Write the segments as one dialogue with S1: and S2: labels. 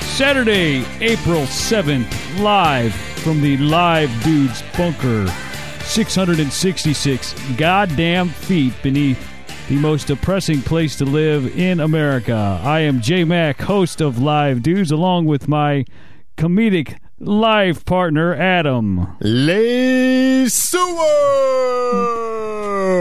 S1: Saturday, April 7th, live from the Live Dudes Bunker. 666 goddamn feet beneath the most depressing place to live in America. I am J Mac, host of Live Dudes, along with my comedic live partner, Adam.
S2: Les Seward!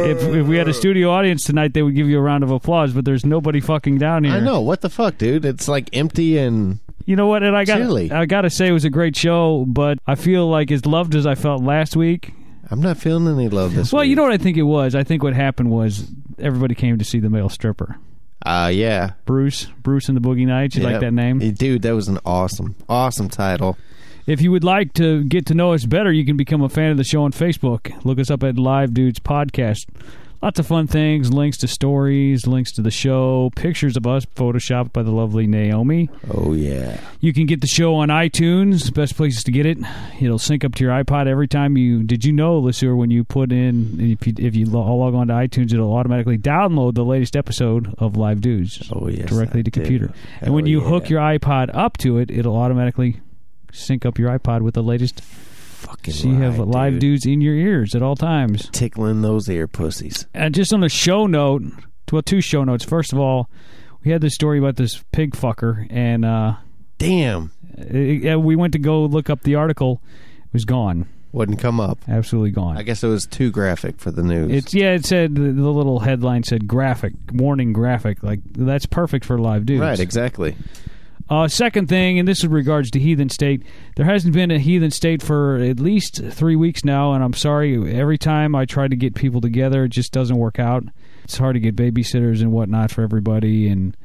S1: If, if we had a studio audience tonight, they would give you a round of applause, but there's nobody fucking down here.
S2: I know. What the fuck, dude? It's like empty and.
S1: You know what? And I got
S2: Chilly.
S1: I got to say it was a great show, but I feel like as loved as I felt last week.
S2: I'm not feeling any love this
S1: Well,
S2: week.
S1: you know what I think it was. I think what happened was everybody came to see the male stripper,
S2: Uh, yeah.
S1: Bruce, Bruce and the Boogie Nights. You like
S2: Yep.
S1: that name?
S2: Eh, Dude, that was an awesome, awesome title.
S1: If you would like to get to know us better, you can become a fan of the show on Facebook. Look us up at Live Dudes Podcast. Lots of fun things, links to stories, links to the show, pictures of us photoshopped by the lovely Naomi.
S2: Oh, yeah.
S1: You can get the show on iTunes, best places to get it. It'll sync up to your iPod every time you. Did you know, Lesur, when you put in if you if you lo- log on to iTunes, it'll automatically download the latest episode of Live Dudes
S2: Oh, yes.
S1: directly
S2: I
S1: to
S2: do.
S1: computer. And
S2: Oh,
S1: when you
S2: yeah.
S1: hook your iPod up to it, it'll automatically sync up your iPod with the latest.
S2: Fucking
S1: So you have
S2: live,
S1: live
S2: dude.
S1: dudes in your ears at all times.
S2: Tickling those ear pussies.
S1: And just on a show note, well, two show notes. First of all, we had this story about this pig fucker, and uh,
S2: Damn.
S1: it, uh, we went to go look up the article. It was gone,
S2: Wouldn't come up.
S1: absolutely
S2: I
S1: gone.
S2: guess it was too graphic for the news.
S1: It's yeah. It said the the little headline said graphic warning graphic. Like that's perfect for live dudes.
S2: right, exactly.
S1: Uh, second thing, and this is regards to Heathen State. There hasn't been a Heathen State for at least three weeks now, and I'm sorry. Every time I try to get people together, it just doesn't work out. It's hard to get babysitters and whatnot for everybody, and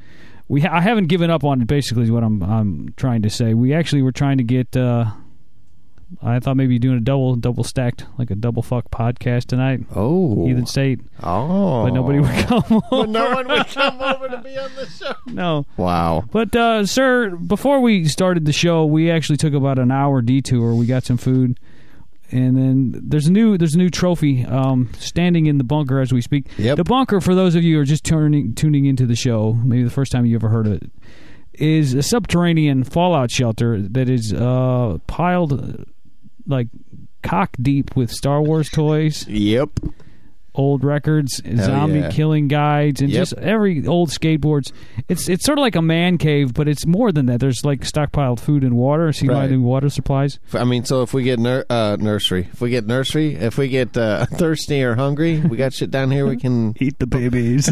S1: we ha- I haven't given up on it. Basically, is what I'm I'm trying to say. We actually were trying to get. Uh, I thought maybe doing a double double stacked like a double fuck podcast tonight.
S2: Oh.
S1: Heathen State,
S2: Oh.
S1: but nobody would come.
S2: But no one would come over to be on the show.
S1: no.
S2: Wow.
S1: But uh, sir, before we started the show, we actually took about an hour detour. We got some food, and then there's a new there's a new trophy um, standing in the bunker as we speak.
S2: Yep.
S1: The bunker, for those of you who are just turning tuning into the show, maybe the first time you ever heard of it, is a subterranean fallout shelter that is uh, piled uh, like cock deep with Star Wars toys
S2: Yep.
S1: old records, zombie
S2: yeah.
S1: killing guides, and
S2: Yep.
S1: just every old skateboards. It's it's sort of like a man cave, but it's more than that. There's like stockpiled food and water. See my
S2: Right.
S1: new water supplies.
S2: F- I mean, so if we get nur- uh, nursery, if we get nursery, if we get uh, thirsty or hungry, we got shit down here. We can
S1: Eat the babies.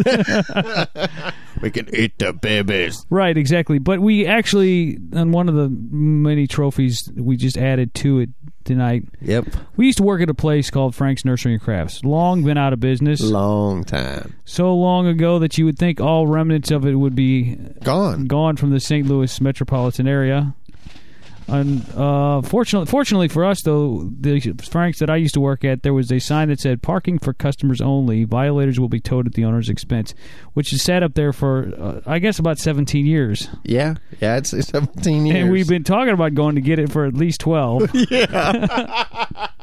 S2: we can eat the babies.
S1: right, exactly. But we actually on one of the many trophies we just added to it tonight.
S2: Yep,
S1: We used to work at a place called Frank's Nursery and Crafts. Long been out of business.
S2: long time
S1: So long ago that you would think all remnants of it would be
S2: gone.
S1: gone from the St. Louis metropolitan area. And uh, fortunately, fortunately for us, though, the Franks that I used to work at, there was a sign that said "Parking for customers only. Violators will be towed at the owner's expense," which has sat up there for, uh, I guess, about 17 years.
S2: Yeah, yeah, it's, it's seventeen years.
S1: And we've been talking about going to get it for at least 12. yeah.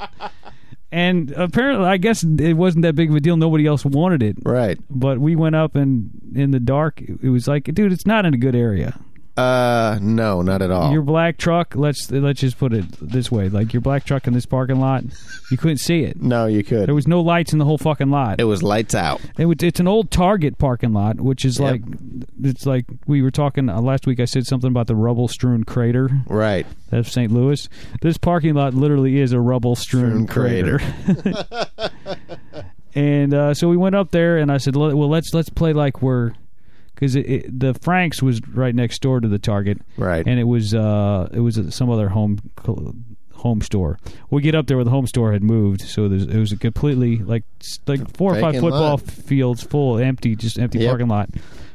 S1: and apparently, I guess it wasn't that big of a deal. Nobody else wanted it,
S2: right.
S1: but we went up and in the dark, it was like, dude, it's not in a good area.
S2: Uh, no, not at all.
S1: your black truck let's let's just put it this way like your black truck in this parking lot you couldn't see it
S2: no, you could.
S1: there was no lights in the whole fucking lot
S2: it was lights out.
S1: it was, it's an old target parking lot which is
S2: Yep.
S1: like it's like we were talking uh, last week i said something about the rubble strewn crater
S2: Right.
S1: of st louis this parking lot literally is a rubble strewn
S2: Strewn
S1: crater, and uh, so we went up there and i said "Let- well let's let's play like we're because it, it, the franks was right next door to the target
S2: Right.
S1: and it was uh it was at some other home home store. We get up there where the home store had moved, so there's, it was a completely like s- like four or five
S2: Vacant
S1: football
S2: lot.
S1: fields full, empty, just empty
S2: Yep.
S1: parking lot.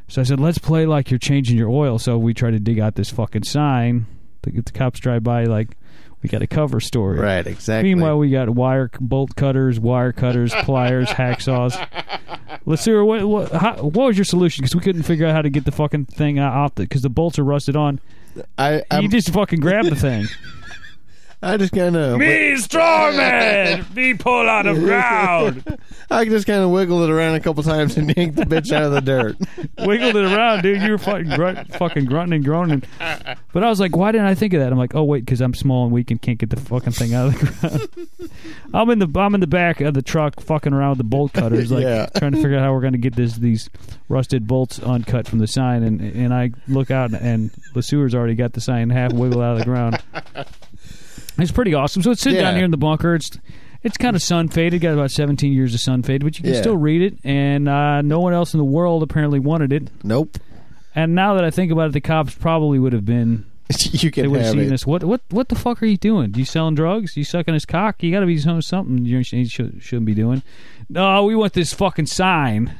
S1: So I said, let's play like you're changing your oil. So we try to dig out this fucking sign. The, the cops drive by like we got a cover story.
S2: right. Exactly.
S1: Meanwhile, we got wire bolt cutters, wire cutters, pliers, hacksaws. Lasura, what what, how, what was your solution? Because we couldn't figure out how to get the fucking thing out because the bolts are rusted on
S2: I I'm,
S1: you just fucking grab the thing.
S2: I just kind of,
S1: Be strong man. Be pulled out of ground.
S2: I just kind of wiggled it around a couple times and yanked the bitch out of the dirt.
S1: Wiggled it around, dude. You were fucking, grunt, fucking grunting and groaning. But I was like, why didn't I think of that? I'm like, oh wait, because I'm small and weak and can't get the fucking thing out of the ground. I'm in the I'm in the back of the truck, fucking around with the bolt cutters, like
S2: Yeah.
S1: trying to figure out how we're going to get this these rusted bolts uncut from the sign. And and I look out and the sewer's already got the sign half wiggled out of the ground. It's pretty awesome. So it's sitting down
S2: Yeah.
S1: here in the bunker. It's it's kind of sun faded. Got about 17 years of sun fade, but you can
S2: Yeah.
S1: still read it. And uh, no one else in the world apparently wanted it.
S2: Nope.
S1: And now that I think about it, the cops probably would have been.
S2: you
S1: They
S2: can
S1: would have
S2: have
S1: seen
S2: it.
S1: this. What what what the fuck are you doing? You selling drugs? You sucking his cock? You got to be doing something you sh- you sh- shouldn't be doing. No, we want this fucking sign.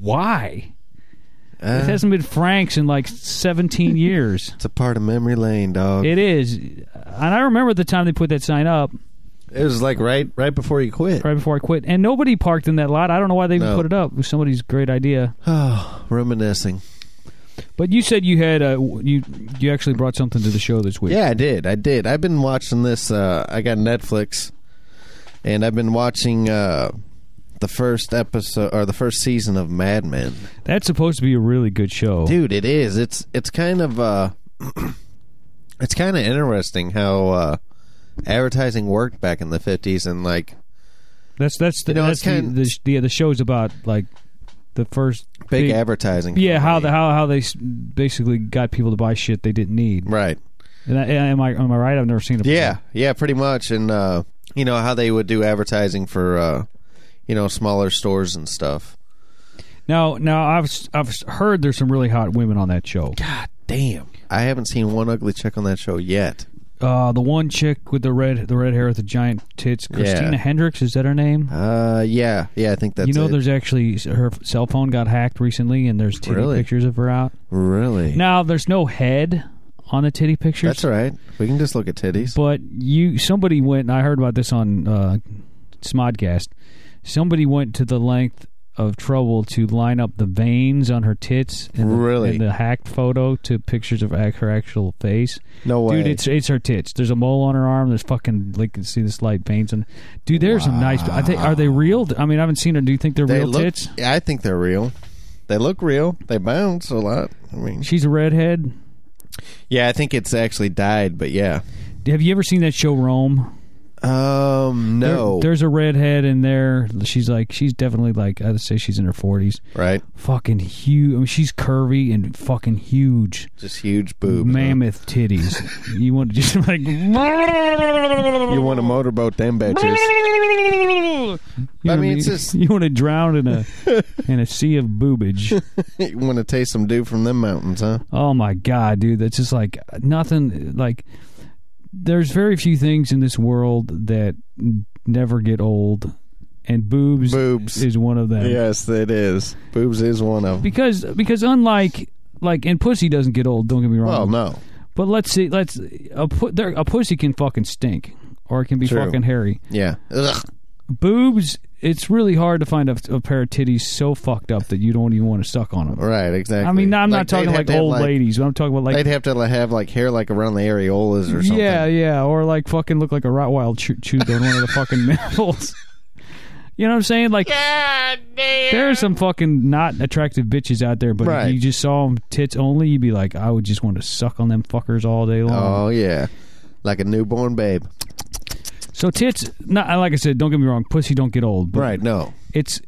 S1: Why? it
S2: Uh,
S1: hasn't been Frank's in like 17 years.
S2: it's a part of memory lane, dog. It,
S1: It is, and I remember at the time they put that sign up.
S2: was like right, right before you quit.
S1: right before I quit. And nobody parked in that lot. I don't know why they even
S2: No.
S1: put it up. It was somebody's great idea.
S2: Oh, reminiscing.
S1: But you said you had uh, you you actually brought something to the show this week.
S2: Yeah, I did. I did. I've been watching this. Uh, I got Netflix, and I've been watching uh, the first episode or the first season of Mad Men.
S1: That's supposed to be a really good show.
S2: Dude, it is. It's it's kind of uh, it's kind of interesting how uh, advertising worked back in the fifties and like
S1: That's that's the
S2: You know,
S1: that's
S2: it's
S1: the,
S2: kinda-
S1: the, the, yeah, the show's about like the first
S2: big,
S1: Big-
S2: advertising.
S1: yeah how the
S2: company.
S1: how how they s- basically got people to buy shit they didn't need.
S2: right.
S1: And I, am I am I right? I've never seen it. before.
S2: Yeah, yeah, pretty much. And uh, you know how they would do advertising for uh, you know smaller stores and stuff.
S1: Now now I've s- I've s- heard there's some really hot women on that show.
S2: God damn, I haven't seen one ugly chick on that show yet.
S1: Uh, the one chick with the red the red hair with the giant tits, Christina Hendricks, is that her name?
S2: Uh, yeah, yeah, I think that's
S1: you know,
S2: it.
S1: there's actually her cell phone got hacked recently, and there's titty
S2: Really?
S1: pictures of her out.
S2: really
S1: Now there's no head on the titty pictures,
S2: that's all right. We can just look at titties.
S1: but you somebody went. I heard about this on uh, Smodcast. Somebody went to the length of trouble to line up the veins on her tits. In the,
S2: Really?
S1: in the hacked photo to pictures of ac- her actual face.
S2: No way,
S1: Dude, it's it's her tits. There's a mole on her arm. There's fucking like you can see the slight veins on. Dude, there's some nice. I think are they real? I mean, I haven't seen her. Do you think they're
S2: they
S1: real
S2: look.
S1: tits?
S2: I think they're real. They look real. They bounce a lot. I mean,
S1: She's a redhead.
S2: yeah, I think it's actually died, but yeah.
S1: Have you ever seen that show Rome?
S2: Um, no,
S1: There- there's a redhead in there. She's like, she's definitely like, I'd say she's in her forties.
S2: right?
S1: Fucking huge. I mean, she's curvy and fucking huge,
S2: Just huge boobs.
S1: mammoth titties. you want to just like,
S2: You want to motorboat them bitches?
S1: you
S2: I
S1: know,
S2: mean, it's
S1: you-
S2: just-
S1: you want to drown in a in a sea of boobage.
S2: you want to taste some dew from them mountains, huh?
S1: Oh my god, dude, that's just like nothing like there's very few things in this world that never get old and boobs,
S2: Boobs.
S1: is one of them.
S2: Yes, it is. Boobs is one of them.
S1: Because because unlike like and pussy doesn't get old, don't get me wrong.
S2: Well, no.
S1: But let's see, let's a pu- there, a pussy can fucking stink or it can be
S2: True.
S1: fucking hairy.
S2: Yeah. Ugh.
S1: Boobs, it's really hard to find a, a pair of titties so fucked up that you don't even want to suck on them.
S2: Right, exactly.
S1: I mean, I'm not
S2: Like, they'd
S1: talking
S2: have
S1: like
S2: to have,
S1: old ladies, but I'm talking about like
S2: They'd have to like, have like hair like around the areolas or something.
S1: Yeah, yeah, or like fucking look like a Rottweiler chew- chewed on one of the fucking nipples. You know what I'm saying? Like, there are some fucking not attractive bitches out there, but
S2: Right.
S1: if you just saw them tits only, you'd be like, I would just want to suck on them fuckers all day long.
S2: Oh yeah, like a newborn babe.
S1: So tits, not like I said, don't get me wrong, pussy don't get old, but
S2: Right. No.
S1: it's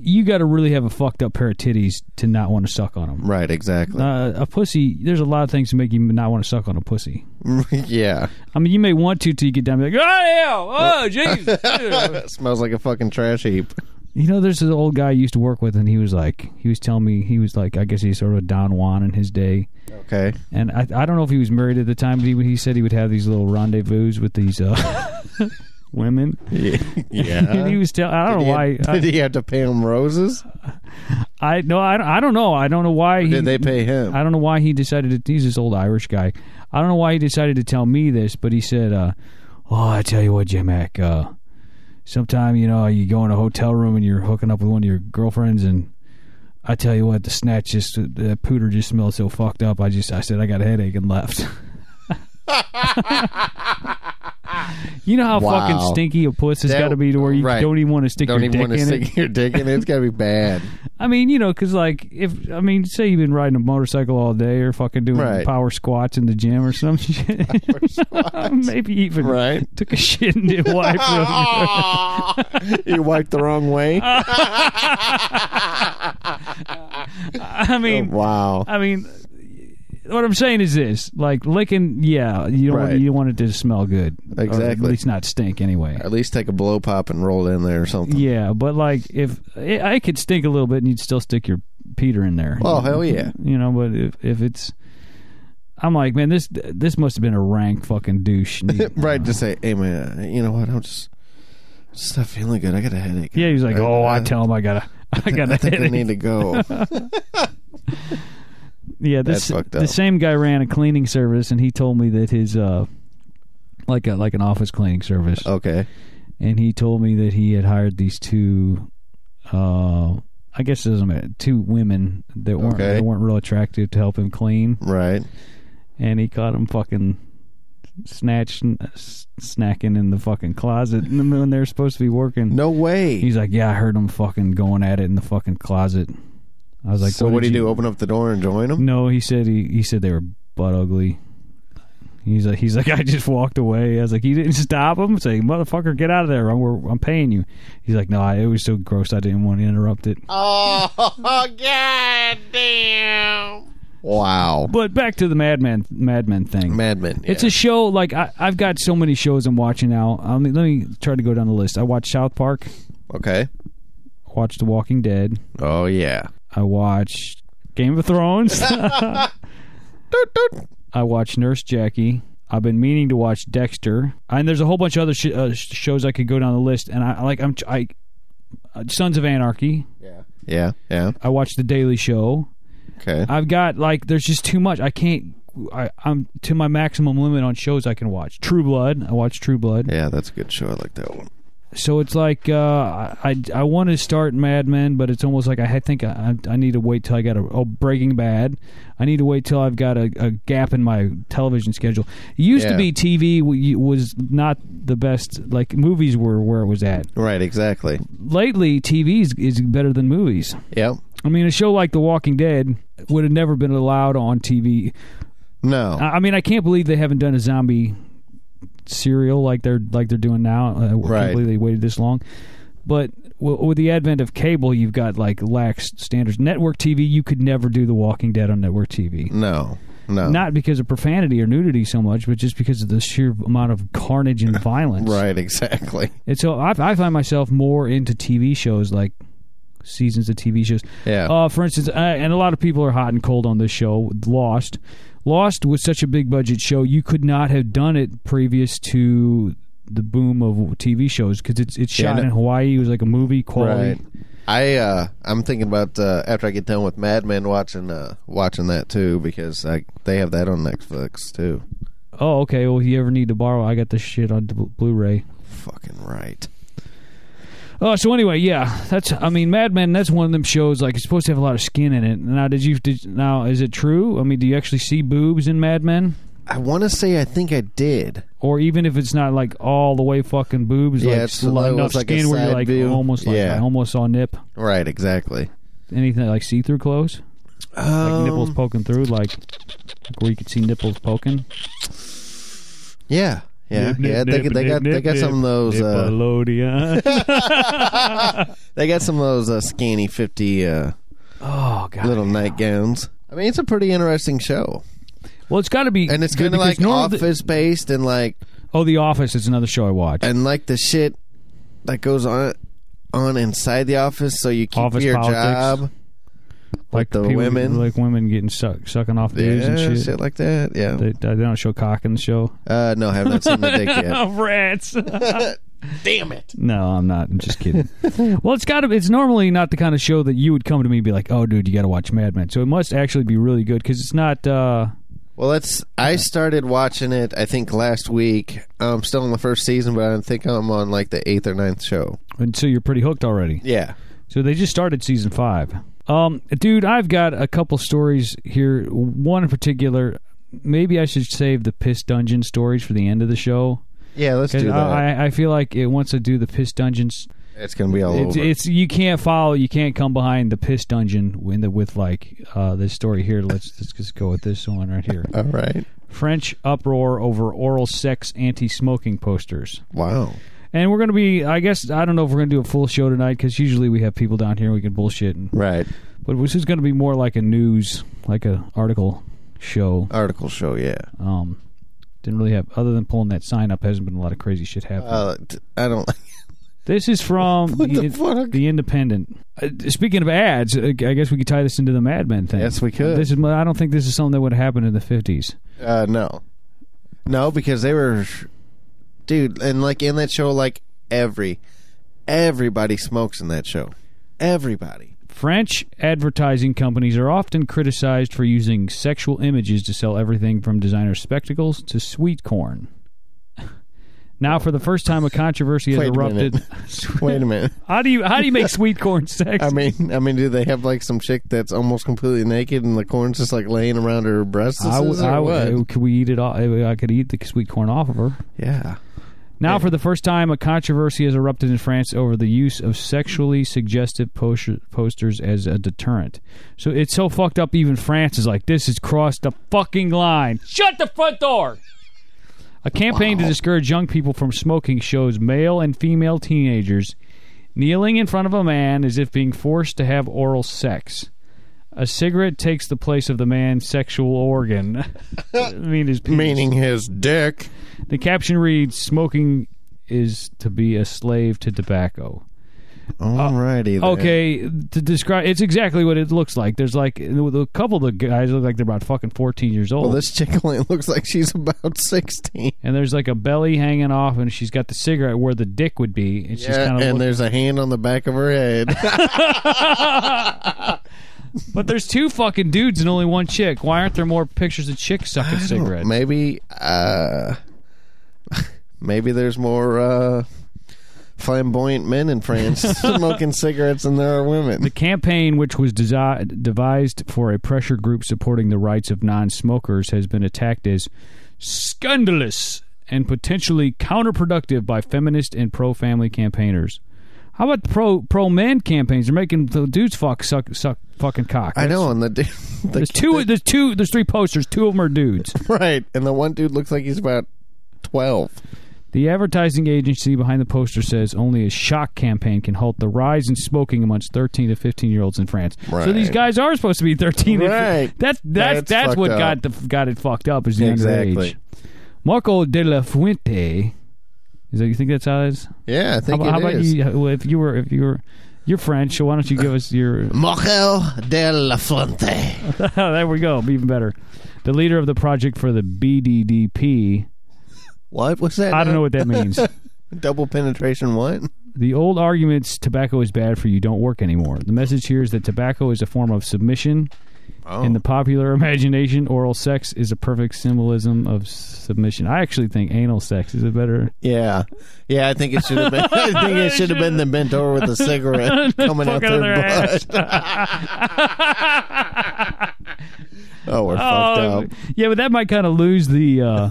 S1: you got to really have a fucked up pair of titties to not want to suck on them.
S2: Right. Exactly.
S1: Uh, a pussy, there's a lot of things to make you not want to suck on a pussy.
S2: yeah.
S1: I mean, you may want to till you get down and be like, oh, yeah, oh, jeez.
S2: That smells like a fucking trash heap.
S1: You know, there's this old guy I used to work with, and he was like, he was telling me, he was like, I guess he's sort of a Don Juan in his day.
S2: Okay.
S1: And I, I don't know if he was married at the time, but he, he said he would have these little rendezvous with these uh, women.
S2: Yeah.
S1: and he was telling, I don't
S2: Did
S1: know
S2: he-
S1: why.
S2: did he have to pay him roses?
S1: I, I no, I, don't- I don't know. I don't know why he.
S2: Did they pay him?
S1: I don't know why he decided to. He's this old Irish guy. I don't know why he decided to tell me this, but he said, uh, "Oh, I tell you what, J Mac. Uh, sometime you know you go in a hotel room and you're hooking up with one of your girlfriends, and I tell you what, the snatch just the pooter just smells so fucked up. I just I said I got a headache and left. You know how
S2: Wow.
S1: fucking stinky a puss has
S2: That-
S1: got to be to where you
S2: right.
S1: don't even want to stick
S2: Don't
S1: your
S2: even
S1: dick
S2: want
S1: in
S2: to
S1: it.
S2: stick your dick in it. It's gotta be bad.
S1: I mean, you know, because like if I mean, say you've been riding a motorcycle all day or fucking doing
S2: Right.
S1: power squats in the gym or some shit. Maybe even
S2: Right.
S1: took a shit and did wipe. real good.
S2: you wiped the wrong way. Oh,
S1: I mean,
S2: wow.
S1: I mean, what I'm saying is this: like licking, yeah, you don't
S2: Right.
S1: want, you want it to smell good, Or at
S2: Exactly.
S1: least not stink anyway.
S2: At least take a blow pop and roll it in there or something.
S1: Yeah, but like if it, I could stink a little bit, and you'd still stick your Peter in there.
S2: Oh hell yeah.
S1: you know. But if if it's, I'm like, man, this this must have been a rank fucking douche.
S2: right to say, hey man, you know what? I'm just just not feeling good. I got a headache.
S1: Yeah, he's like,
S2: I-
S1: oh, I
S2: I-
S1: tell him I gotta, I gotta
S2: Uh, I think I
S1: hit it.
S2: need to go.
S1: Yeah, this
S2: That's fucked
S1: the
S2: up.
S1: same guy ran a cleaning service, and he told me that his uh, like a like an office cleaning service,
S2: okay.
S1: and he told me that he had hired these two, uh, I guess it doesn't matter, two women that weren't
S2: Okay.
S1: that weren't real attractive to help him clean.
S2: Right.
S1: and he caught him fucking snatching, uh, s- snacking in the fucking closet in the when they're supposed to be working.
S2: No way.
S1: He's like, yeah, I heard him fucking going at it in the fucking closet. I was like,
S2: so what do
S1: did
S2: you do? Open up the door and join them?
S1: No, he said he he said they were butt ugly. He's like, he's like, I just walked away. I was like, you didn't stop him. Say, motherfucker, get out of there. I'm, we're, I'm paying you. He's like, no, I, it was so gross. I didn't want to interrupt it.
S2: Oh, god damn. Wow.
S1: But back to the madman, madman thing.
S2: Madman.
S1: It's a show like I, I've got so many shows I'm watching now. I mean, let me try to go down the list. I watched South Park.
S2: okay.
S1: I watched The Walking Dead.
S2: Oh yeah.
S1: I watched Game of Thrones.
S2: Doot, doot.
S1: I watched Nurse Jackie. I've been meaning to watch Dexter. And there's a whole bunch of other sh- uh, sh- shows I could go down the list. And I I like I'm t- I uh, Sons of Anarchy.
S2: Yeah. Yeah. Yeah.
S1: I watched The Daily Show.
S2: Okay.
S1: I've got like there's just too much. I can't. I, I'm to my maximum limit on shows I can watch. True Blood. I watched True Blood.
S2: yeah, that's a good show. I like that one.
S1: so it's like uh, I I want to start Mad Men, but it's almost like I ha- think I I need to wait till I got a oh Breaking Bad. I need to wait till I've got a, a gap in my television schedule. It used to
S2: Yeah.
S1: be TV w- was not the best. Like movies were where it was at.
S2: Right, exactly.
S1: Lately, TV is, is better than movies.
S2: Yep.
S1: I mean, a show like The Walking Dead would have never been allowed on TV.
S2: No.
S1: I, I mean, I can't believe they haven't done a zombie serial like they're like they're doing now. I can't
S2: Right.
S1: believe they waited this long. But w- with the advent of cable, you've got like lax standards. Network TV, you could never do The Walking Dead on network TV.
S2: no. No.
S1: Not because of profanity or nudity so much, but just because of the sheer amount of carnage and violence.
S2: right, exactly.
S1: And so I, I find myself more into TV shows like seasons of TV shows.
S2: Yeah.
S1: Uh, for instance, uh, and a lot of people are hot and cold on this show. Lost, Lost was such a big budget show. You could not have done it previous to the boom of TV shows because it's it's
S2: Yeah,
S1: shot
S2: no-
S1: in Hawaii. It was like a movie quality.
S2: Right. I uh I'm thinking about uh after I get done with Mad Men watching uh watching that too because I they have that on Netflix too.
S1: Oh, okay. Well, if you ever need to borrow, I got this shit on Blu- Blu-ray.
S2: Fucking right.
S1: Oh, so anyway, yeah, that's. I mean, Mad Men. That's one of them shows. Like, it's supposed to have a lot of skin in it. Now, did you? Did, now, is it true? I mean, do you actually see boobs in Mad Men?
S2: I want to say I think I did.
S1: or even if it's not like all the way fucking boobs,
S2: Yeah,
S1: like
S2: it's
S1: sli-
S2: low, it's
S1: enough
S2: like a
S1: skin where you're
S2: side
S1: like
S2: view.
S1: almost like
S2: Yeah.
S1: I almost saw nip.
S2: Right, exactly.
S1: Anything like see through clothes, like
S2: Um,
S1: nipples poking through, like, like where you could see nipples poking.
S2: Yeah. Yeah.
S1: Nip, nip,
S2: yeah, they,
S1: nip,
S2: they got
S1: nip,
S2: they got
S1: nip,
S2: some of those uh,
S1: Nickelodeon.
S2: they got some of those uh, scanny 50 uh,
S1: oh god.
S2: little nightgowns. I mean, it's a pretty interesting show.
S1: Well, it's got to be,
S2: And it's
S1: good
S2: kind of like
S1: because normal-
S2: office based and like
S1: oh, The Office is another show I watch.
S2: and like the shit that goes on on inside the office so you keep
S1: Office
S2: your
S1: politics.
S2: job like the
S1: people-
S2: women.
S1: like women getting suck, sucking off dudes
S2: yeah,
S1: and shit.
S2: shit. like that. Yeah.
S1: They, they don't show cock in the show.
S2: uh no, I have not seen the dick yet.
S1: Oh, rats.
S2: Damn it.
S1: No, I'm not. I'm just kidding. well, it's got to. It's normally not the kind of show that you would come to me and be like, "Oh, dude, you got to watch Mad Men." So it must actually be really good because it's not. uh
S2: Well, that's I started watching it I think last week. I'm still in the first season, but I think I'm on like the 8th or ninth show.
S1: And so you're pretty hooked already.
S2: Yeah.
S1: So they just started season five. Um, dude, I've got a couple stories here. One in particular. Maybe I should save the piss dungeon stories for the end of the show.
S2: Yeah, let's
S1: 'Cause
S2: do that.
S1: I, I feel like it wants to do the piss dungeons.
S2: it's gonna be all
S1: It's,
S2: over.
S1: it's you can't follow, you can't come behind the piss dungeon when the, with like uh, this story here. Let's, let's just go with this one right here.
S2: all right.
S1: French uproar over oral sex anti-smoking posters.
S2: Wow.
S1: And we're going to be, I guess, I don't know if we're going to do a full show tonight because usually we have people down here and we can bullshit. And,
S2: Right.
S1: but this is going to be more like a news, like a article show.
S2: Article show. Yeah.
S1: Um, didn't really have, other than pulling that sign up, hasn't been a lot of crazy shit happening.
S2: Uh, t- I don't.
S1: this is from
S2: What the
S1: the,
S2: fuck?
S1: The Independent. Uh, speaking of ads, uh, I guess we could tie this into the Mad Men thing.
S2: Yes, we could.
S1: This is, I don't think this is something that would happen in the 50s.
S2: Uh, no, no, because they were, dude, and like in that show, like every everybody smokes in that show. Everybody.
S1: French advertising companies are often criticized for using sexual images to sell everything from designer spectacles to sweet corn. Now, for the first time, a controversy has
S2: Wait a
S1: erupted.
S2: Wait a minute.
S1: how do you how do you make sweet corn sex?
S2: I mean, I mean, do they have like some chick that's almost completely naked and the corn's just like laying around her breasts?
S1: I would-
S2: or
S1: I would-
S2: what?
S1: could we eat it? All, uh, I could eat the sweet corn off of her.
S2: yeah.
S1: Now, for the first time, a controversy has erupted in France over the use of sexually suggestive poster- posters as a deterrent. So it's so fucked up, even France is like, this has crossed the fucking line. Shut the front door! A campaign to discourage young people from smoking shows male and female teenagers kneeling in front of a man as if being forced to have oral sex. A cigarette takes the place of the man's sexual organ. I mean, his penis.
S2: Meaning his dick.
S1: The caption reads Smoking is to be a slave to tobacco.
S2: Alrighty. then.
S1: Uh, Okay, to describe, it's exactly what it looks like. There's like a couple of the guys look like they're about fucking 14 years old.
S2: Well, this chick only looks like she's about sixteen.
S1: and there's like a belly hanging off, and she's got the cigarette where the dick would be. And she's
S2: Yeah,
S1: kind
S2: and
S1: of.
S2: there's a hand on the back of her head.
S1: but there's two fucking dudes and only one chick. Why aren't there more pictures of chicks sucking cigarettes?
S2: maybe uh maybe there's more uh flamboyant men in france smoking cigarettes than there are women
S1: The campaign, which was desi- devised for a pressure group supporting the rights of non smokers, has been attacked as scandalous and potentially counterproductive by feminist and pro family campaigners. How about the pro pro men campaigns? They're making the dudes fuck suck suck fucking cock.
S2: i know and the dude the,
S1: There's two. There's two. There's three posters. Two of them are dudes.
S2: right and the one dude looks like he's about 12
S1: The advertising agency behind the poster says only a shock campaign can halt the rise in smoking amongst 13 to 15 year olds in France. So
S2: Right.
S1: these guys are supposed to be 13. and fi-
S2: Right.
S1: That's that's that's,
S2: That's fucked
S1: what
S2: up.
S1: got the got it fucked up is the
S2: Exactly.
S1: underage. Marco de la Fuente. Is that you think that's how it is?
S2: yeah i think
S1: how, how
S2: it
S1: about
S2: is.
S1: you? well, If you were if you were you're French, so why don't you give us your?
S2: Michel de la Fuente.
S1: there we go, even better. The leader of the project for the BDDP.
S2: What was that?
S1: I don't know what that means.
S2: Double penetration. What?
S1: The old arguments tobacco is bad for you don't work anymore. The message here is that tobacco is a form of submission.
S2: Oh.
S1: In the popular imagination, oral sex is a perfect symbolism of submission. I actually think anal sex is a better.
S2: Yeah, yeah. I think it should have been. I think it should have been the bent over with a cigarette coming out
S1: Fuck out
S2: their
S1: of their ass.
S2: butt. oh, we're fucked up.
S1: yeah, but that might kind of lose the. Uh,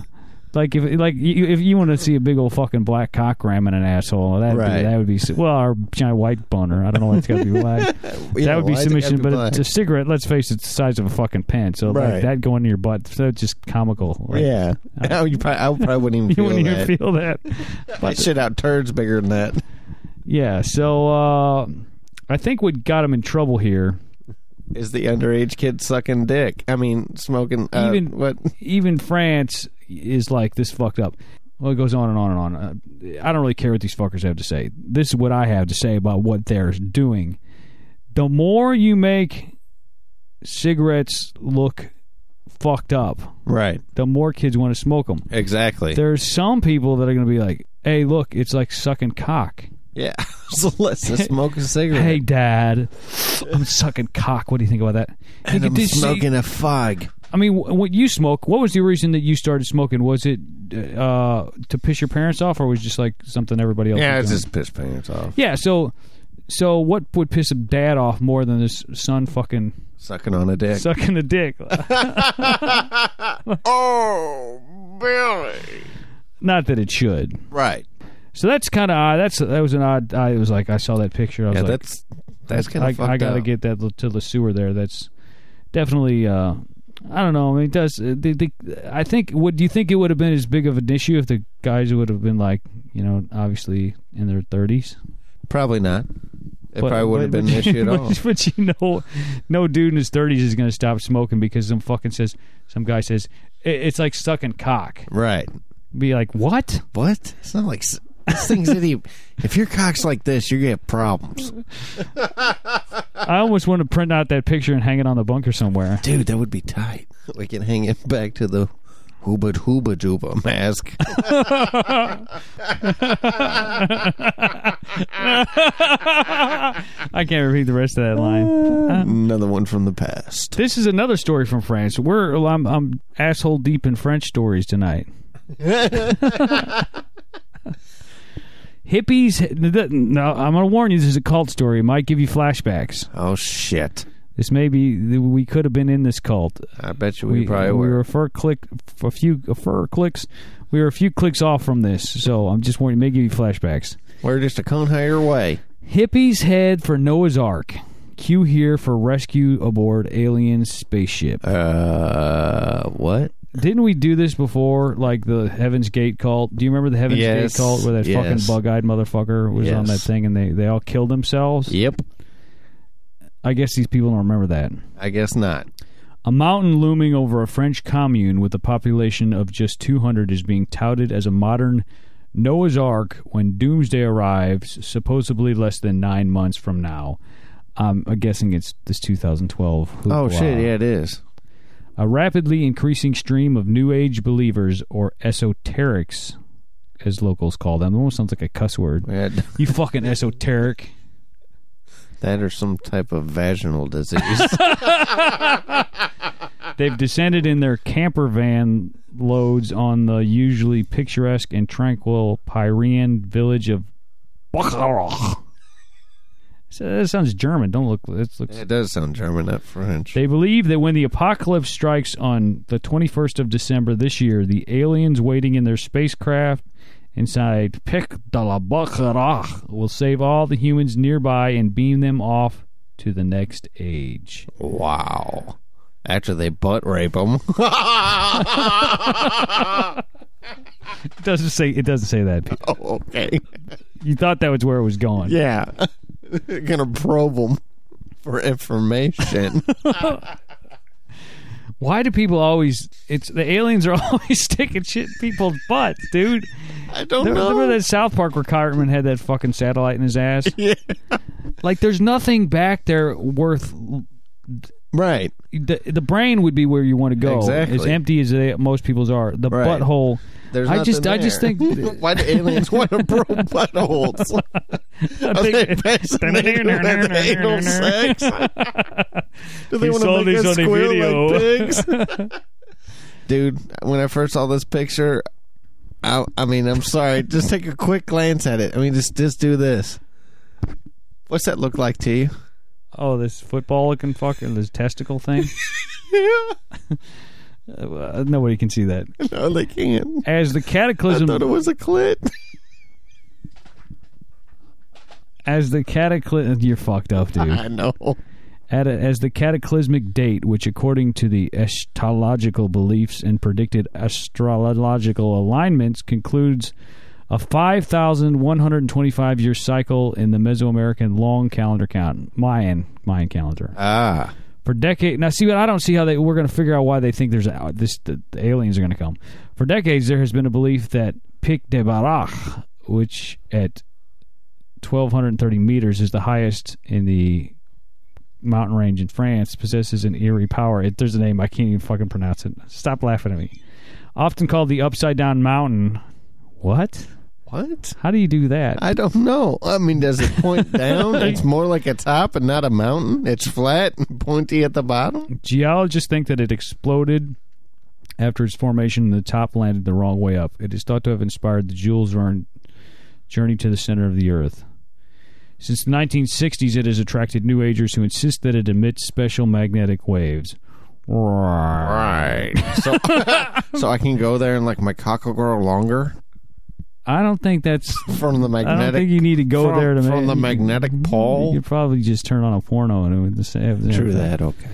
S1: like if like you, if you want to see a big old fucking black cock ramming an asshole, that
S2: Right.
S1: that would be su- well, our giant white boner. I don't know why it's got to be black.
S2: Yeah,
S1: that would be
S2: why does it
S1: submission,
S2: have to
S1: but
S2: be
S1: it's a
S2: black?
S1: cigarette. Let's face it, it's the size of a fucking pen. So like
S2: Right.
S1: that going in your butt, so it's just comical. Like,
S2: yeah, I, you probably, I probably wouldn't even
S1: you
S2: feel that.
S1: wouldn't even feel that.
S2: I shit out turds bigger than that.
S1: Yeah. So uh, I think what got him in trouble here,
S2: Is the underage kid sucking dick? I mean, smoking. Uh,
S1: Even-
S2: what?
S1: even France is like this fucked up. Well, it goes on and on and on. Uh, I don't really care what these fuckers have to say. This is what I have to say about what they're doing. The more you make cigarettes look fucked up,
S2: Right.
S1: the more kids want to smoke them.
S2: Exactly.
S1: there's some people that are going to be like, "Hey, look, it's like sucking cock."
S2: yeah. so let's just smoke a cigarette.
S1: Hey, Dad, I'm sucking cock. What do you think about that?
S2: and
S1: You
S2: I'm
S1: could just say-
S2: smoking a fog.
S1: I mean, wh- what you smoke? What was the reason that you started smoking? Was it uh, to piss your parents off, or was it just like something everybody else?
S2: Yeah,
S1: was
S2: it's
S1: doing?
S2: just piss pants off.
S1: yeah. So, so what would piss a dad off more than this son fucking
S2: Sucking on a dick.
S1: sucking a dick?
S2: oh, Billy.
S1: Not that it should.
S2: Right.
S1: So that's kind of odd. That's that was an odd. I was like, I saw that picture. I was
S2: Yeah,
S1: like,
S2: that's that's kind
S1: I,
S2: of fucked
S1: I gotta
S2: up.
S1: get that to the sewer there. That's definitely. Uh, I don't know. I mean, it does uh, the, the, I think? Would do you think it would have been as big of an issue if the guys would have been like, you know, obviously in their thirties?
S2: probably not. It probably wouldn't have been an issue at all.
S1: But, but you know, no dude in his thirties is going to stop smoking because some fucking says some guy says "I- it's like sucking cock.
S2: Right.
S1: Be like, what?
S2: What? It's not like s- this thing's any. If your cock's like this, you get problems,
S1: I almost want to print out that picture and hang it on the bunker somewhere.
S2: dude. That would be tight. We can hang it back to the hooba hooba juba mask.
S1: I can't repeat the rest of that line. Uh,
S2: Another one from the past.
S1: This is another story from France. We're I'm, I'm asshole deep in French stories tonight. Hippies. No, I'm going to warn you. This is a cult story. It might give you flashbacks.
S2: Oh shit!
S1: This may be we could have been in this cult.
S2: I bet you we, probably were.
S1: a fur click a few a fur clicks. We were a few clicks off from this, so I'm just warning. May give you flashbacks.
S2: We're just a cone higher away.
S1: Hippies head for Noah's Ark. Cue here for rescue aboard alien spaceship.
S2: Uh, what?
S1: Didn't we do this before? Like the Heaven's Gate cult. Do you remember the Heaven's
S2: Yes,
S1: Gate cult where that fucking
S2: yes.
S1: bug-eyed motherfucker was on that
S2: Yes.
S1: thing and they they all killed themselves?
S2: Yep.
S1: I guess these people don't remember that.
S2: I guess not.
S1: A mountain looming over a French commune with a population of just 200 is being touted as a modern Noah's Ark when doomsday arrives, supposedly less than nine months from now. Um, I'm guessing it's this 2012.
S2: Oh
S1: hoopla.
S2: shit! Yeah, it is.
S1: A rapidly increasing stream of New Age believers, or esoterics, as locals call them. It almost sounds like a cuss word.
S2: Yeah,
S1: You fucking esoteric.
S2: that or some type of vaginal disease.
S1: They've descended in their camper van loads on the usually picturesque and tranquil Pyrenean village of Bacharach. So that sounds German. Don't look. It looks.
S2: it does sound German, not French.
S1: They believe that when the apocalypse strikes on the 21st of December this year, the aliens waiting in their spacecraft inside Pic de la Bacharach will save all the humans nearby and beam them off to the next age.
S2: Wow. After they butt rape Oh, them.
S1: It doesn't say. It doesn't say that. Pete.
S2: okay.
S1: You thought that was where it was going.
S2: Yeah. They're going to probe them for information.
S1: Why do people always? It's the aliens are always sticking shit in people's butts, dude.
S2: I don't
S1: Remember
S2: know.
S1: that South Park where Cartman had that fucking satellite in his ass? Yeah. Like, there's nothing back there worth.
S2: Right.
S1: The, the brain would be where you want to go.
S2: Exactly.
S1: As empty as they, most people's are. The
S2: Right.
S1: butthole.
S2: There's
S1: I just, I
S2: nothing
S1: just
S2: there.
S1: think.
S2: Why do aliens want to probe buttholes?
S1: I
S2: Are they
S1: think-
S2: fascinated with anal sex? Do they
S1: We
S2: want
S1: saw
S2: to make
S1: these
S2: us
S1: on a
S2: squeal
S1: video.
S2: like pigs? Dude, when I first saw this picture, I, I mean, I'm sorry. Just take a quick glance at it. I mean, just just do this. What's that look like to you?
S1: oh, this football looking fucker, this testicle thing. Uh, nobody can see that.
S2: No, they can't.
S1: As the
S2: I
S1: cataclysm
S2: thought it was a clit.
S1: as the cataclysm you're fucked up dude
S2: I know.
S1: At a, as the cataclysmic date which according to the eschatological beliefs and predicted astrological alignments concludes a 5125 year cycle in the mesoamerican long calendar count mayan mayan calendar
S2: Ah,
S1: for decades now see what i don't see how they we're going to figure out why they think there's a, this the, the aliens are going to come for decades there has been a belief that pic de barach which at 1230 meters is the highest in the mountain range in france possesses an eerie power it, there's a name i can't even fucking pronounce it stop laughing at me often called the upside down mountain what
S2: what?
S1: how do you do that
S2: I don't know. I mean, does it point down? It's more like a top and not a mountain. It's flat and pointy at the bottom.
S1: Geologists think that it exploded after its formation and the top landed the wrong way up. It is thought to have inspired the Jules Verne journey to the center of the Earth. Since the 1960s, it has attracted New Agers who insist that it emits special magnetic waves.
S2: Right. So, so I can go there and like my cock will grow longer.
S1: I don't think that's.
S2: from the
S1: I don't think
S2: magnetic
S1: you need to go
S2: from,
S1: there to
S2: from
S1: ma-
S2: the magnetic
S1: You
S2: pole.
S1: could probably just turn on a porno and it would just have
S2: True that. Okay.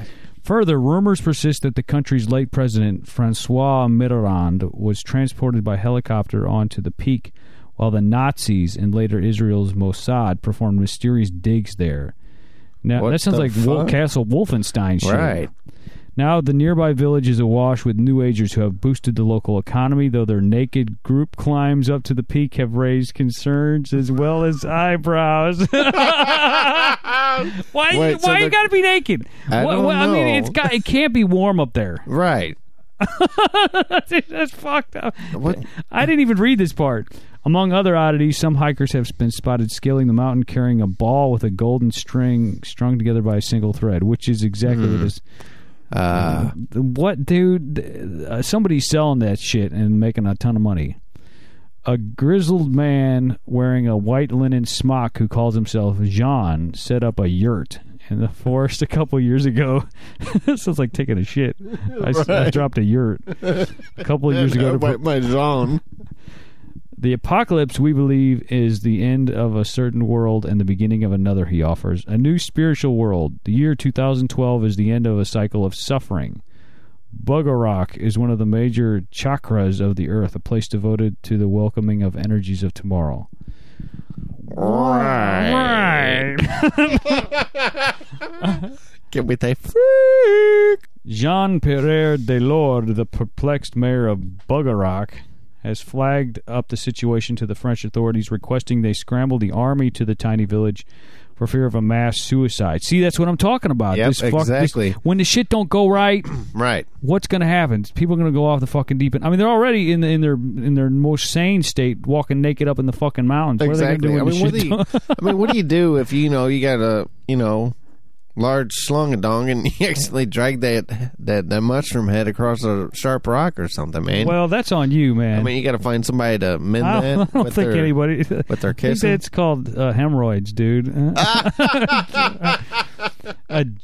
S1: Further, rumors persist that the country's late president, Francois Mitterrand, was transported by helicopter onto the peak while the Nazis and later Israel's Mossad performed mysterious digs there. Now,
S2: What
S1: that sounds
S2: the
S1: like Wol-
S2: fuck?
S1: Castle Wolfenstein shit.
S2: Right.
S1: Now, the nearby village is awash with New Agers who have boosted the local economy, though their naked group climbs up to the peak have raised concerns as well as eyebrows. Why?
S2: Wait, so
S1: why you
S2: the-
S1: gotta be naked?
S2: I
S1: Wha-
S2: don't
S1: wha- I mean,
S2: know.
S1: it's got. It can't be warm up there.
S2: Right.
S1: Dude, That's fucked up.
S2: What?
S1: I didn't even read this part. Among other oddities, some hikers have been spotted scaling the mountain carrying a ball with a golden string strung together by a single thread, which is exactly
S2: Hmm.
S1: what this.
S2: Uh,
S1: What, dude? Uh, somebody's selling that shit and making a ton of money. A grizzled man wearing a white linen smock who calls himself Jean set up a yurt in the forest a couple years ago. Sounds like taking a shit. I, s- I
S2: Right.
S1: dropped a yurt a couple of years ago. To
S2: Uh, my, my zone.
S1: the apocalypse, we believe, is the end of a certain world and the beginning of another, he offers. A new spiritual world. The year 2012 is the end of a cycle of suffering. Bugarok is one of the major chakras of the earth, a place devoted to the welcoming of energies of tomorrow.
S2: Right. Can we take
S1: Jean Pierre Delord, the perplexed mayor of Bugarok, has flagged up the situation to the French authorities, requesting they scramble the army to the tiny village for fear of a mass suicide. See, that's what I'm talking about.
S2: Yep,
S1: This fuck- this-
S2: exactly.
S1: when the shit don't go right,
S2: Right.
S1: what's going to happen? People are going to go off the fucking deep end. I mean, they're already in the, in their in their most sane state, walking naked up in the fucking mountains.
S2: Exactly.
S1: What
S2: I
S1: are they
S2: mean,
S1: going
S2: what do
S1: to
S2: you, I mean, what do you do if you know you got a you know large slung a dong and you accidentally drag that that that mushroom head across a sharp rock or something, man?
S1: Well, that's on you, man.
S2: I mean, you got to find somebody to mend
S1: I don't,
S2: that.
S1: I don't
S2: with
S1: think
S2: their,
S1: anybody.
S2: with their
S1: I think
S2: kissing?
S1: It's called uh, hemorrhoids, dude. a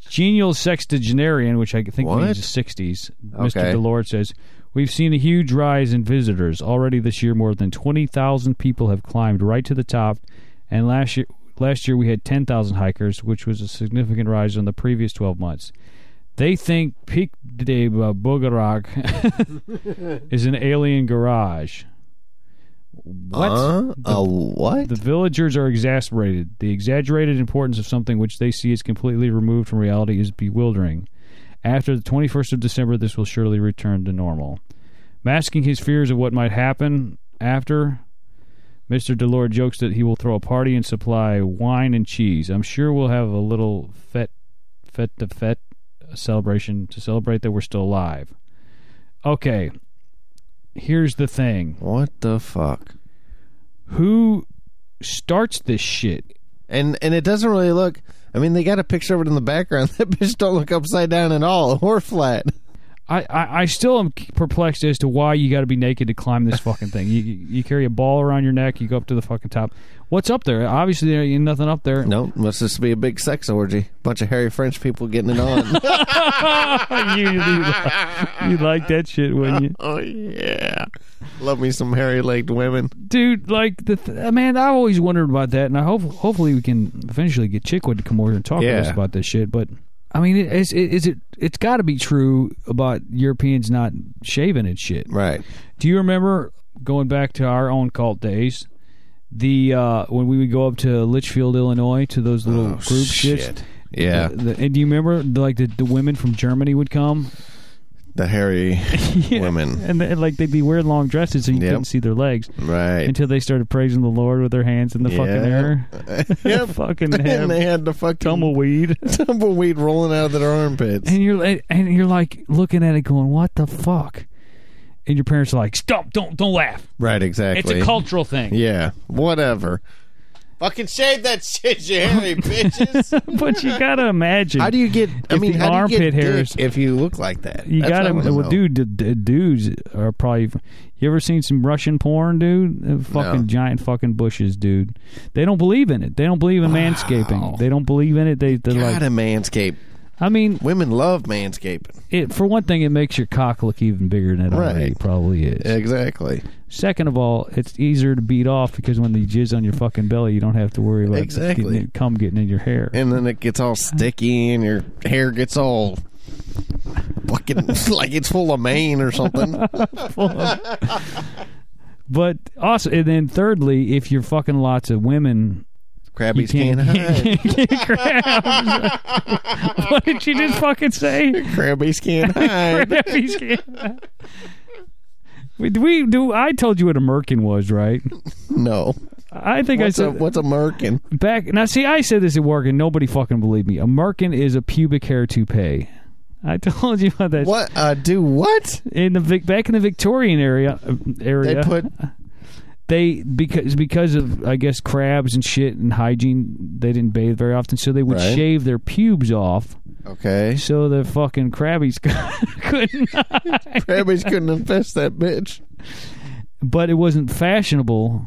S1: genial sextagenarian, which I think
S2: What?
S1: means the sixties. Mr.
S2: Okay.
S1: Delord says, "We've seen a huge rise in visitors already this year. More than twenty thousand people have climbed right to the top, and last year." Last year we had 10,000 hikers, which was a significant rise on the previous 12 months. They think Peak de Bogarog is an alien garage. What?
S2: Uh, a what?
S1: The villagers are exasperated. The exaggerated importance of something which they see is completely removed from reality is bewildering. After the 21st of December, this will surely return to normal. Masking his fears of what might happen after, Mr. Delord jokes that he will throw a party and supply wine and cheese. I'm sure we'll have a little fete, fete de fete celebration to celebrate that we're still alive. Okay, here's the thing
S2: what the fuck?
S1: who starts this shit?
S2: And and it doesn't really look. I mean, they got a picture of it in the background. That bitch don't look upside down at all or flat.
S1: I, I, I still am perplexed as to why you got to be naked to climb this fucking thing. You you you carry a ball around your neck, you go up to the fucking top. What's up there? Obviously, there ain't nothing up there.
S2: No, must just be a big sex orgy. Bunch of hairy French people getting it on.
S1: you, you, you like that shit, wouldn't you,
S2: oh yeah, love me some hairy legged women.
S1: dude? Like the th- man, I always wondered about that, and I hope hopefully we can eventually get Chickwood to come over and talk
S2: Yeah.
S1: to us about this shit. But I mean, it, is, is it? It's got to be true about Europeans not shaving and shit.
S2: Right.
S1: Do you remember going back to our own cult days? The uh, when we would go up to Litchfield, Illinois, to those little group shits.
S2: Oh, Yeah,
S1: The- and do you remember the, like the, the women from Germany would come
S2: the hairy
S1: Yeah.
S2: women.
S1: and, they- like they'd be wearing long dresses so you
S2: Yep.
S1: couldn't see their legs
S2: Right.
S1: until they started praising the Lord with their hands in the fucking
S2: Yeah.
S1: air.
S2: yep.
S1: fucking
S2: And they
S1: have
S2: had the fucking
S1: tumbleweed.
S2: tumbleweed rolling out of their armpits.
S1: and you're and you're like looking at it going, "What the fuck?" And your parents are like, "Stop, don't don't laugh.
S2: Right.
S1: It's
S2: Exactly.
S1: a cultural thing."
S2: Yeah. Whatever. Fucking shave that shit, you hairy bitches.
S1: but you got to imagine.
S2: How do you get? I
S1: If
S2: mean,
S1: the
S2: how do you
S1: armpit
S2: get
S1: hairs-
S2: dick if you look like that?
S1: You
S2: That's
S1: got
S2: what I
S1: to
S2: wanna
S1: Well,
S2: know.
S1: dude, the, the dudes are probably. You ever seen some Russian porn, dude? They're Fucking
S2: No.
S1: giant fucking bushes, dude. They don't believe in it. They don't believe in manscaping. They don't believe in it. They they're
S2: Gotta
S1: like,
S2: manscape.
S1: I mean,
S2: Women love manscaping.
S1: it, for one thing, it makes your cock look even bigger than it already
S2: Right.
S1: probably is.
S2: Exactly.
S1: Second of all, it's easier to beat off because when you jizz on your fucking belly, you don't have to worry about
S2: Exactly.
S1: getting it, cum getting in your hair.
S2: And then it gets all sticky and your hair gets all fucking like it's full of mane or something.
S1: but also, and then thirdly, if you're fucking lots of women, you
S2: Crabbies
S1: can't,
S2: can't, hide.
S1: you can't get crabs. what did you just fucking say?
S2: Crabbies can't hide.
S1: Crabbies can't- We, do we do. I told you what a merkin was, right?
S2: No.
S1: I think
S2: What's
S1: I
S2: a,
S1: said
S2: what's a merkin?
S1: back now see i said this at work and nobody fucking believed me a merkin is a pubic hair toupee i told you about that
S2: What? Uh, do what?
S1: in the Vic- back in the victorian area uh,
S2: They
S1: area
S2: put
S1: they because because of i guess crabs and shit and hygiene they didn't bathe very often so they would
S2: Right.
S1: shave their pubes off
S2: okay.
S1: so the fucking crabbies couldn't
S2: Crabbies couldn't infest that bitch.
S1: but it wasn't fashionable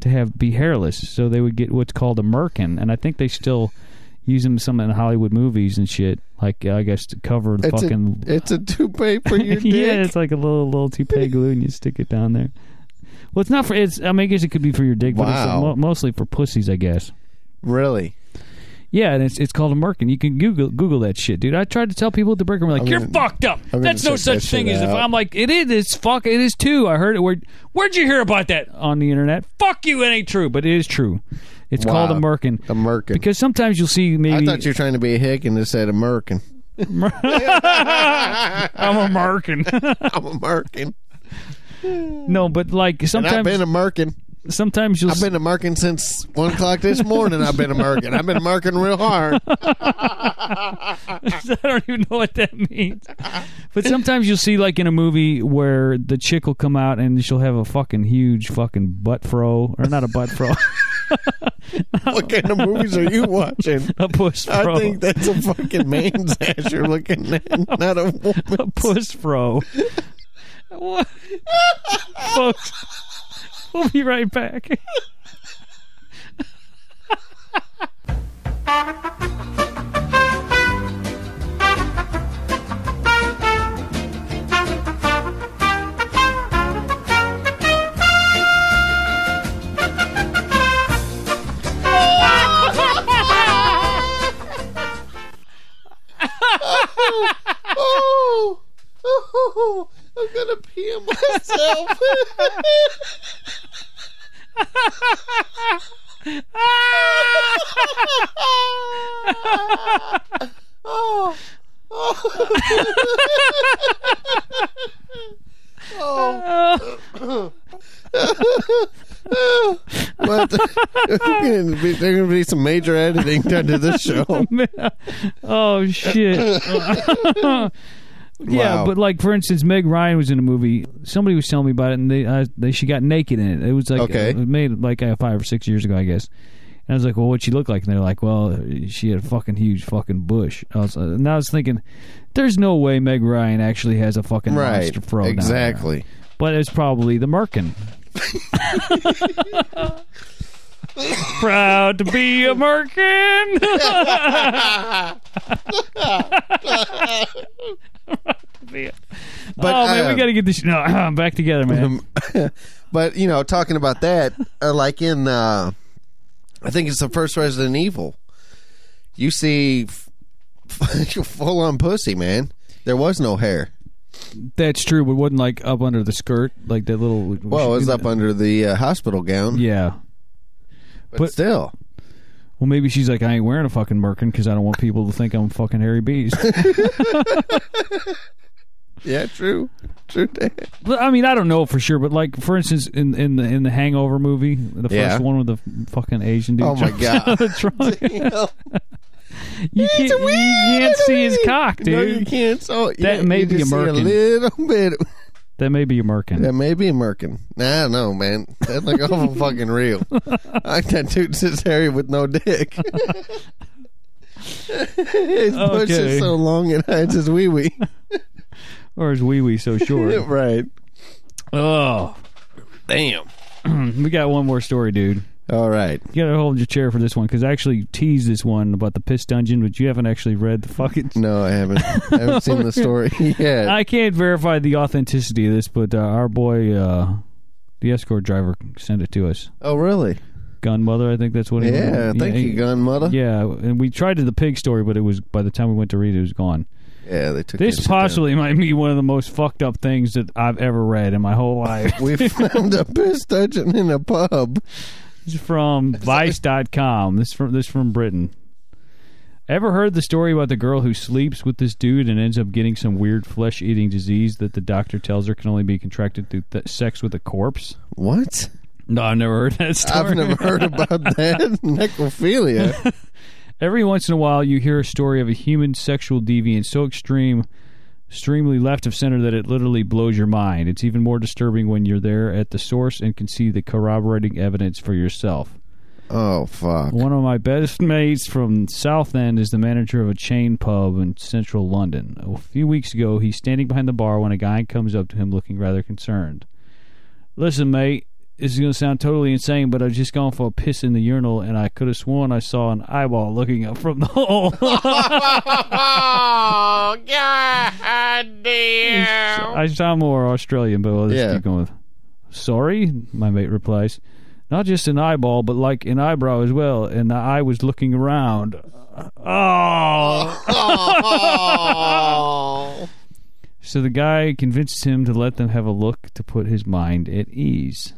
S1: to have be hairless, so they would get what's called a merkin, and I think they still use them some in Hollywood movies and shit. Like I guess to cover the
S2: It's
S1: fucking
S2: a it's a toupee for your dick.
S1: yeah, it's like a little little toupee glue, and you stick it down there. Well, it's not for it's. I mean, I guess it could be for your dick, but it's
S2: Wow.
S1: mo- mostly for pussies, I guess.
S2: Really?
S1: Yeah, and it's it's called a merkin. You can Google Google that shit, dude. I tried to tell people at the break room, like,
S2: I'm
S1: you're
S2: gonna-
S1: fucked up.
S2: I'm gonna
S1: That's no
S2: check
S1: such
S2: that
S1: thing
S2: shit
S1: as if
S2: out.
S1: I'm like, it is. It's fuck. It is too. I heard it. Where where'd you hear about that on the internet? Fuck you. It ain't true, but it is true. It's
S2: Wow.
S1: called a merkin
S2: A merkin.
S1: because sometimes you'll see
S2: I
S1: maybe
S2: thought you were trying to be a hick and just said a merkin.
S1: I'm a merkin.
S2: I'm a merkin.
S1: no, but like
S2: And I've
S1: sometimes
S2: been a merkin.
S1: sometimes you'll
S2: I've been a merkin since one o'clock this morning. I've been a merkin. I've been a merkin real hard.
S1: I don't even know what that means. But sometimes you'll see like in a movie where the chick will come out and she'll have a fucking huge fucking butt fro or not a butt fro,
S2: What kind of movies are you watching?
S1: a puss
S2: I
S1: fro,
S2: think that's a fucking man's ass you're looking at, not a
S1: a
S2: woman.
S1: puss fro. what? Folks, we'll be right back.
S2: Oh, oh, I'm gonna pee on myself. oh, oh. Well, there's gonna be- there's gonna be some major editing done to this show.
S1: oh shit. Yeah,
S2: Wow.
S1: but like for instance, Meg Ryan was in a movie. Somebody was telling me about it, and they, uh, they she got naked in it. It was like
S2: Okay.
S1: it was made like uh, five or six years ago, I guess. And I was like, "Well, what she look like?" And they're like, "Well, she had a fucking huge fucking bush." I was, uh, and I was thinking, "There's no way Meg Ryan actually has a fucking
S2: Right.
S1: monster fro." down there.
S2: Exactly.
S1: but it's probably the Merkin. Proud to be a Merkin.
S2: But
S1: oh man,
S2: uh,
S1: we got to get this no back together, man.
S2: but you know, talking about that, uh, like in, uh, I think it's the first Resident Evil. You see, f- full on pussy, man. There was no hair.
S1: That's true, but wasn't like up under the skirt, like that little.
S2: Well, it was up under the uh, hospital gown,
S1: Yeah.
S2: but,
S1: but-
S2: still,
S1: Well, maybe she's like, I ain't wearing a fucking merkin because I don't want people to think I'm fucking Harry Beast.
S2: yeah, true, true. that.
S1: But, I mean, I don't know for sure, but like for instance, in in the in the Hangover movie, the first
S2: Yeah.
S1: one with the fucking Asian dude.
S2: Oh my
S1: jumps out
S2: God.
S1: of the trunk.
S2: Dude,
S1: You can't, you can't see his cock, dude.
S2: No, you can't. So yeah,
S1: may
S2: you
S1: be
S2: just see
S1: a merkin.
S2: little bit.
S1: That may be a merkin.
S2: That may be a merkin. I don't know, man. That look awful fucking real. I that dude's just hairy with no dick. his bush
S1: Okay.
S2: is so long it hides his wee wee.
S1: Or is wee wee so short?
S2: right.
S1: oh,
S2: Damn.
S1: we got one more story, dude.
S2: All right.
S1: You gotta hold your chair for this one because I actually teased this one about the piss dungeon, but you haven't actually read the fucking.
S2: No, I haven't. I haven't seen the story yet.
S1: I can't verify the authenticity of this, but uh, our boy, uh, the escort driver, sent it to us.
S2: oh, really?
S1: Gunmother, I think that's what. he-
S2: Yeah. Thank you,
S1: he-
S2: Gunmother. Yeah.
S1: Yeah, and we tried the pig story, but it was by the time we went to read it, it was gone.
S2: they took that
S1: This
S2: shit down.
S1: possibly might be one of the most fucked up things that I've ever read in my whole life.
S2: We found a piss dungeon in a pub.
S1: This is from Vice.com. This from this from Britain. Ever heard the story about the girl who sleeps with this dude and ends up getting some weird flesh-eating disease that the doctor tells her can only be contracted through th- sex with a corpse?
S2: What?
S1: No, I've never heard that story.
S2: I've never heard about that. Necrophilia.
S1: Every once in a while, you hear a story of a human sexual deviant so extreme, extremely left of center that it literally blows your mind. It's even more disturbing when you're there at the source and can see the corroborating evidence for yourself.
S2: Oh fuck.
S1: One of my best mates from Southend is the manager of a chain pub in central London. A few weeks ago, he's standing behind the bar when a guy comes up to him looking rather concerned. Listen, mate, this is going to sound totally insane, but I've just gone for a piss in the urinal and I could have sworn I saw an eyeball looking up from the hole.
S3: Oh, God damn.
S1: I sound more Australian, but we'll just
S2: Yeah.
S1: keep going. Sorry, my mate replies. Not just an eyeball, but like an eyebrow as well, and the eye was looking around. Oh.
S3: Oh.
S1: So the guy convinces him to let them have a look to put his mind at ease.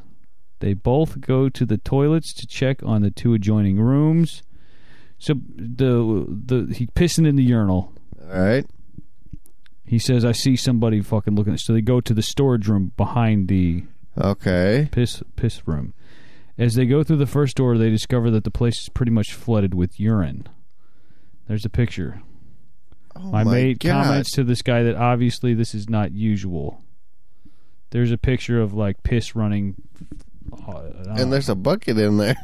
S1: They both go to the toilets to check on the two adjoining rooms. So the the he pissing in the urinal.
S2: All right.
S1: He says, "I see somebody fucking looking." at-" So they go to the storage room behind the
S2: Okay.
S1: piss piss room. As they go through the first door, they discover that the place is pretty much flooded with urine. There's a picture.
S2: Oh
S1: My, mate
S2: God.
S1: comments to this guy that obviously this is not usual. There's a picture of like piss running. uh,
S2: And there's a bucket in there.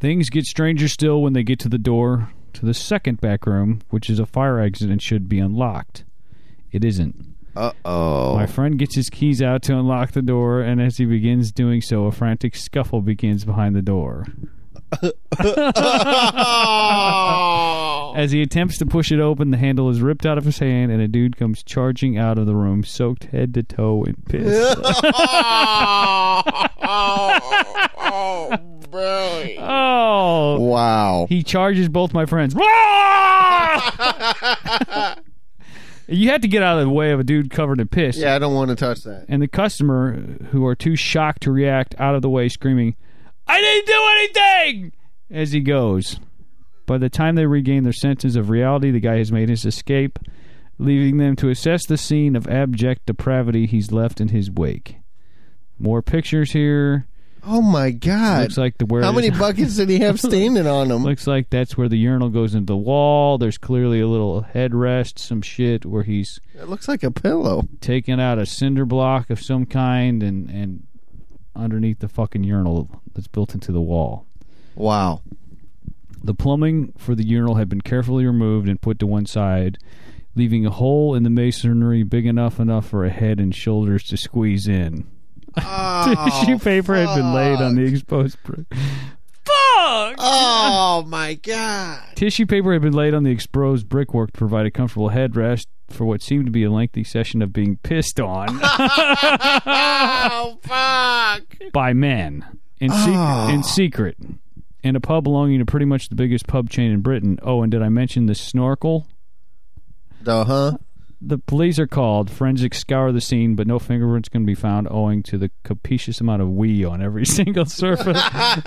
S1: Things get stranger still when they get to the door to the second back room, which is a fire exit and should be unlocked. It isn't.
S2: Uh oh.
S1: My friend gets his keys out to unlock the door, and as he begins doing so, a frantic scuffle begins behind the door. As he attempts to push it open, the handle is ripped out of his hand, and a dude comes charging out of the room, soaked head to toe in piss.
S3: Oh, brilliant.
S1: oh!
S2: Wow.
S1: He charges both my friends. you have to get out of the way of a dude covered in piss.
S2: Yeah, I don't want to touch that.
S1: And the customer, uh, who are too shocked to react, out of the way, screaming, I didn't do anything! as he goes. By the time they regain their senses of reality, the guy has made his escape, leaving them to assess the scene of abject depravity he's left in his wake. More pictures here.
S2: Oh my God.
S1: Looks like the where
S2: How
S1: it
S2: many
S1: is-
S2: buckets did he have standing on him?
S1: Looks like that's where the urinal goes into the wall. There's clearly a little headrest, some shit where he's
S2: It looks like a pillow.
S1: taking out a cinder block of some kind and and underneath the fucking urinal that's built into the wall.
S2: Wow.
S1: The plumbing for the urinal had been carefully removed and put to one side, leaving a hole in the masonry big enough enough for a head and shoulders to squeeze in. Oh, Tissue paper had been laid on the exposed br-
S2: Oh my God.
S1: Tissue paper had been laid on the exposed brickwork to provide a comfortable headrest for what seemed to be a lengthy session of being pissed on
S3: Oh, fuck.
S1: by men in, sec-
S2: Ah.
S1: in secret in a pub belonging to pretty much the biggest pub chain in Britain. Oh, and did I mention the snorkel?
S2: Uh huh.
S1: The police are called. Forensics scour the scene, but no fingerprints can be found owing to the capacious amount of wee on every single surface.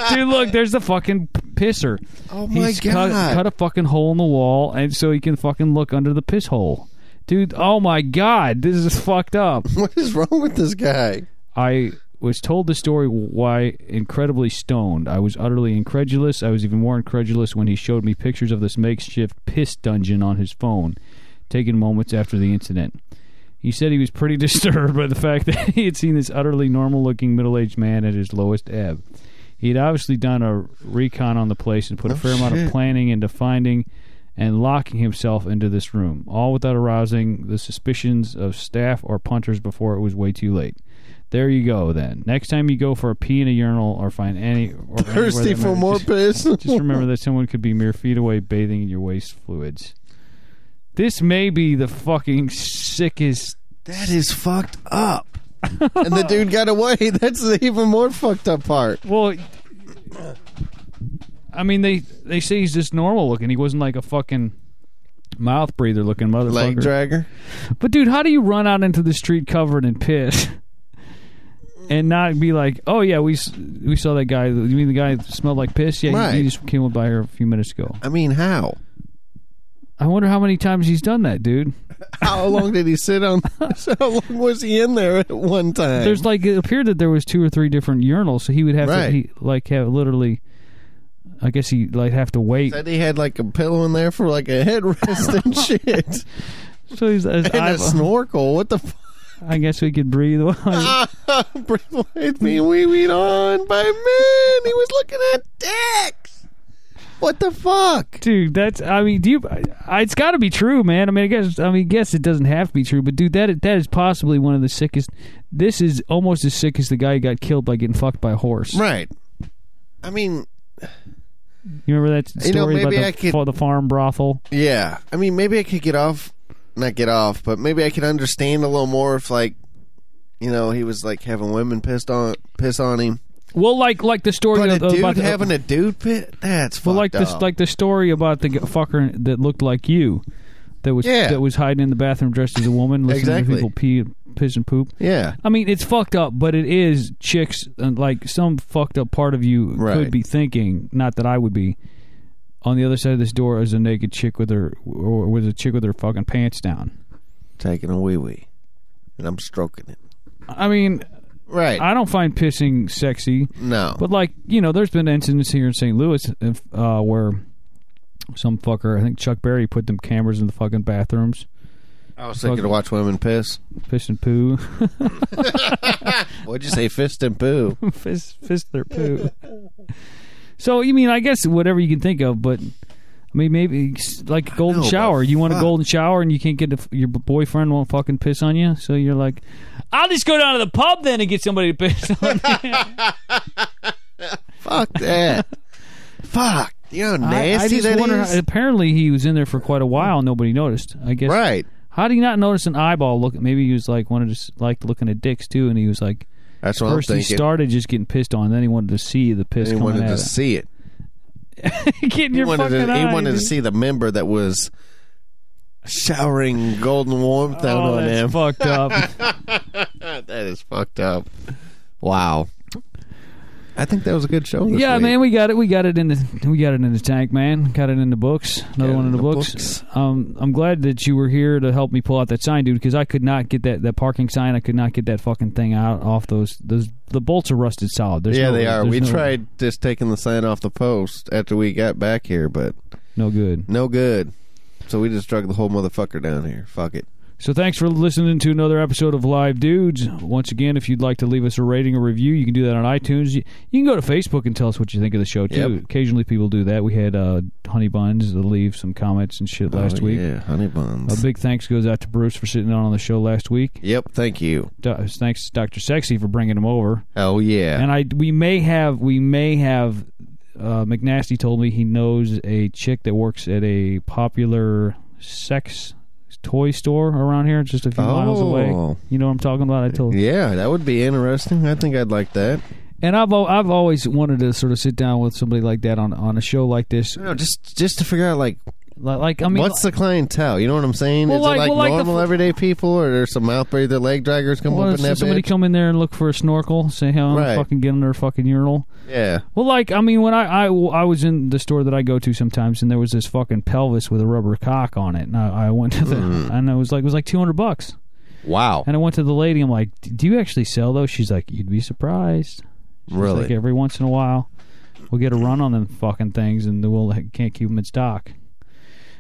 S1: Dude, look, there's the fucking pisser.
S2: Oh my
S1: He's
S2: God.
S1: Cut, cut a fucking hole in the wall, and so he can fucking look under the piss hole. Dude, oh my god, this is fucked up.
S2: What is wrong with this guy?
S1: I was told the story why incredibly stoned. I was utterly incredulous. I was even more incredulous when he showed me pictures of this makeshift piss dungeon on his phone, taken moments after the incident. He said he was pretty disturbed by the fact that he had seen this utterly normal looking middle aged man at his lowest ebb. He had obviously done a recon on the place and put a
S2: Oh,
S1: fair amount of
S2: shit.
S1: planning into finding and locking himself into this room, all without arousing the suspicions of staff or punters before it was way too late. There you go. Then next time you go for a pee in a urinal or find any or anywhere
S2: Thirsty
S1: that
S2: for
S1: matters,
S2: more
S1: just-
S2: piss.
S1: Just remember that someone could be mere feet away bathing in your waste fluids. This may be the fucking sickest.
S2: that is fucked up. and the dude got away. That's the even more fucked up part.
S1: Well, I mean, they they say he's just normal looking. He wasn't like a fucking mouth breather looking
S2: Leg
S1: motherfucker.
S2: dragger.
S1: but dude, how do you run out into the street covered in piss? And not be like, oh yeah, we s- we saw that guy. You mean the guy that smelled like piss? Yeah, he- he,
S2: Right.
S1: just came by here a few minutes ago.
S2: I mean, how?
S1: I wonder how many times he's done that, dude.
S2: How long did he sit on? How long was he in there at one time?
S1: There's like it appeared that there was two or three different urinals, so he would have to
S2: Right.
S1: he, like have literally. I guess he like have to wait.
S2: Said he had like a pillow in there for like a headrest and shit,
S1: So he's his
S2: and a
S1: eyeball-
S2: snorkel. What the fuck?
S1: I guess we could breathe. while-
S2: Bring with me, we weed on by men. He was looking at dicks. What the fuck?
S1: dude, that's I mean, do you? I, it's got to be true, man. I mean, I guess I mean, guess it doesn't have to be true, but dude, that that is possibly one of the sickest. This is almost as sick as the guy who got killed by getting fucked by a horse.
S2: Right. I mean,
S1: You remember that story
S2: You know,
S1: about
S2: maybe
S1: the,
S2: I could-
S1: for the farm brothel?
S2: yeah. I mean, maybe I could get off, not get off, but maybe I could understand a little more if, like, you know, he was like having women pissed on, piss on him.
S1: Well, like like the story
S2: But a
S1: of,
S2: dude
S1: about the,
S2: having a dude pit, that's
S1: Well,
S2: fucked
S1: like this,
S2: up.
S1: like the story about the g- fucker that looked like you, that was
S2: Yeah.
S1: that was hiding in the bathroom dressed as a woman, listening
S2: Exactly.
S1: to people pee, piss, and poop.
S2: yeah.
S1: I mean, it's fucked up, but it is chicks. And like some fucked up part of you
S2: Right.
S1: could be thinking, not that I would be. On the other side of this door is a naked chick with her, or was a chick with her fucking pants down.
S2: Taking a wee wee, and I'm stroking it.
S1: I mean,
S2: Right.
S1: I don't find pissing sexy.
S2: no.
S1: But like you know, there's been incidents here in St. Louis if, uh, where some fucker, I think Chuck Berry, put them cameras in the fucking bathrooms,
S2: I was thinking to watch women piss.
S1: piss and poo,
S2: What'd you say, fist and poo?
S1: fist, fist their poo. so you mean I guess whatever you can think of, but I mean maybe it's like a golden
S2: know,
S1: shower.
S2: but
S1: You want a
S2: fuck.
S1: golden shower and you can't get a, your boyfriend won't fucking piss on you, so you're like, I'll just go down to the pub then and get somebody to piss on me.
S2: Fuck that. Fuck. You know how
S1: I, I
S2: nasty
S1: just
S2: that
S1: wonder.
S2: is?
S1: how- apparently he was in there for quite a while. and Nobody noticed. I guess
S2: right.
S1: How do you not notice an eyeball look? Maybe he was like wanted to s- like looking at dicks too, and he was like
S2: That's what
S1: first
S2: I'm
S1: he
S2: thinking.
S1: started just getting pissed on, then he wanted to see the piss
S2: and he
S1: coming
S2: wanted
S1: out.
S2: to see it.
S1: Getting
S2: He
S1: your
S2: wanted,
S1: fucking
S2: to, he
S1: eye,
S2: wanted to
S1: dude.
S2: see the member that was showering golden warmth down
S1: Oh,
S2: on
S1: that's
S2: him.
S1: fucked up.
S2: that is fucked up. Wow. I think that was a good show. This
S1: yeah,
S2: week.
S1: man, we got it. We got it in the we got it in the tank, man. Got it in the books. Another
S2: it
S1: one
S2: in
S1: in the,
S2: the
S1: books.
S2: books.
S1: Um, I'm glad that you were here to help me pull out that sign, dude, because I could not get that, that parking sign. I could not get that fucking thing out off those those the bolts are rusted solid. There's
S2: yeah,
S1: no-
S2: they are.
S1: there's
S2: We
S1: no-
S2: tried just taking the sign off the post after we got back here, but
S1: no good.
S2: no good. So we just drug the whole motherfucker down here. Fuck it.
S1: So thanks for listening to another episode of Live Dudes. Once again, if you'd like to leave us a rating or review, you can do that on iTunes. You, you can go to Facebook and tell us what you think of the show too.
S2: Yep.
S1: Occasionally, people do that. We had uh, Honey Buns leave some comments and shit last
S2: Oh,
S1: week.
S2: Yeah, honey buns.
S1: A big thanks goes out to Bruce for sitting on on the show last week.
S2: Yep, thank you.
S1: Do- Thanks to Dr. Sexy for bringing him over.
S2: Oh yeah.
S1: And I we may have we may have uh, McNasty told me he knows a chick that works at a popular sex toy store around here, just a few miles away.
S2: Oh.
S1: You know what I'm talking about? I told.
S2: yeah, that would be interesting. I think I'd like that.
S1: And I've al- I've always wanted to sort of sit down with somebody like that on on a show like this.
S2: No, just just to figure out like
S1: Like, like I mean,
S2: what's the clientele? You know what I'm saying?
S1: Well,
S2: Is
S1: like-
S2: it like
S1: well, like the
S2: normal
S1: f-
S2: everyday people, or there's some mouth breather leg draggers come
S1: well,
S2: up in that
S1: somebody
S2: bitch?
S1: come in there and look for a snorkel, say, "How
S2: Right.
S1: fucking get under a fucking urinal."
S2: yeah,
S1: Well, like I mean, when I, I I was in the store that I go to sometimes, and there was this fucking pelvis with a rubber cock on it, and I, I went to the and I was like, it was like two hundred bucks,
S2: wow,
S1: and I went to the lady, I'm like, do you actually sell those? She's like, you'd be surprised. She's
S2: really?
S1: Like every once in a while, we'll get a run on them fucking things, and we'll like, can't keep them in stock.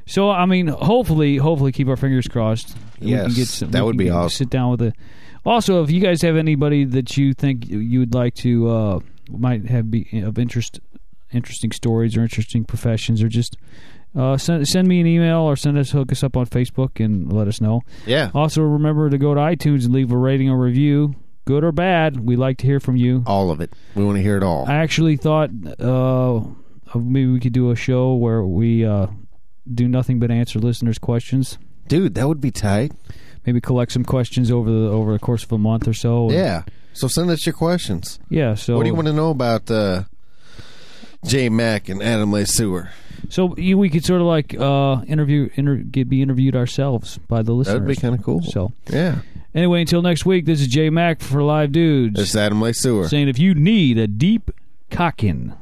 S1: So I mean, hopefully, hopefully, keep our fingers crossed. that we can
S2: Yes,
S1: get some-
S2: that
S1: we
S2: would
S1: can
S2: be
S1: get-
S2: awesome.
S1: Sit down with a. Also, if you guys have anybody that you think you would like to uh, might have be of interest, interesting stories or interesting professions, or just uh, send send me an email or send us hook us up on Facebook and let us know.
S2: yeah,
S1: Also, remember to go to iTunes and leave a rating or review. good or bad. We like to hear from you.
S2: All of it. We want to hear it all.
S1: I actually thought uh, maybe we could do a show where we uh, do nothing but answer listeners' questions.
S2: Dude, that would be tight.
S1: Maybe collect some questions over the over the course of a month or so.
S2: Yeah. So send us your questions.
S1: yeah. So
S2: What do you want to know about uh, J Mack and Adam Lesueur?
S1: So you, we could sort of like uh, interview, inter, get be interviewed ourselves by the listeners.
S2: That would be kind of cool.
S1: So
S2: yeah.
S1: anyway, until next week, this is Jay Mack for Live Dudes
S2: This is Adam Lesueur.
S1: saying if you need a deep cockin'.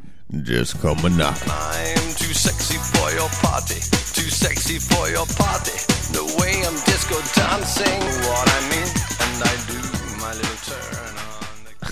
S2: Just come and knock.
S4: I'm too sexy for your party, too sexy for your party. The way I'm disco dancing, what I mean, and I do my little turn.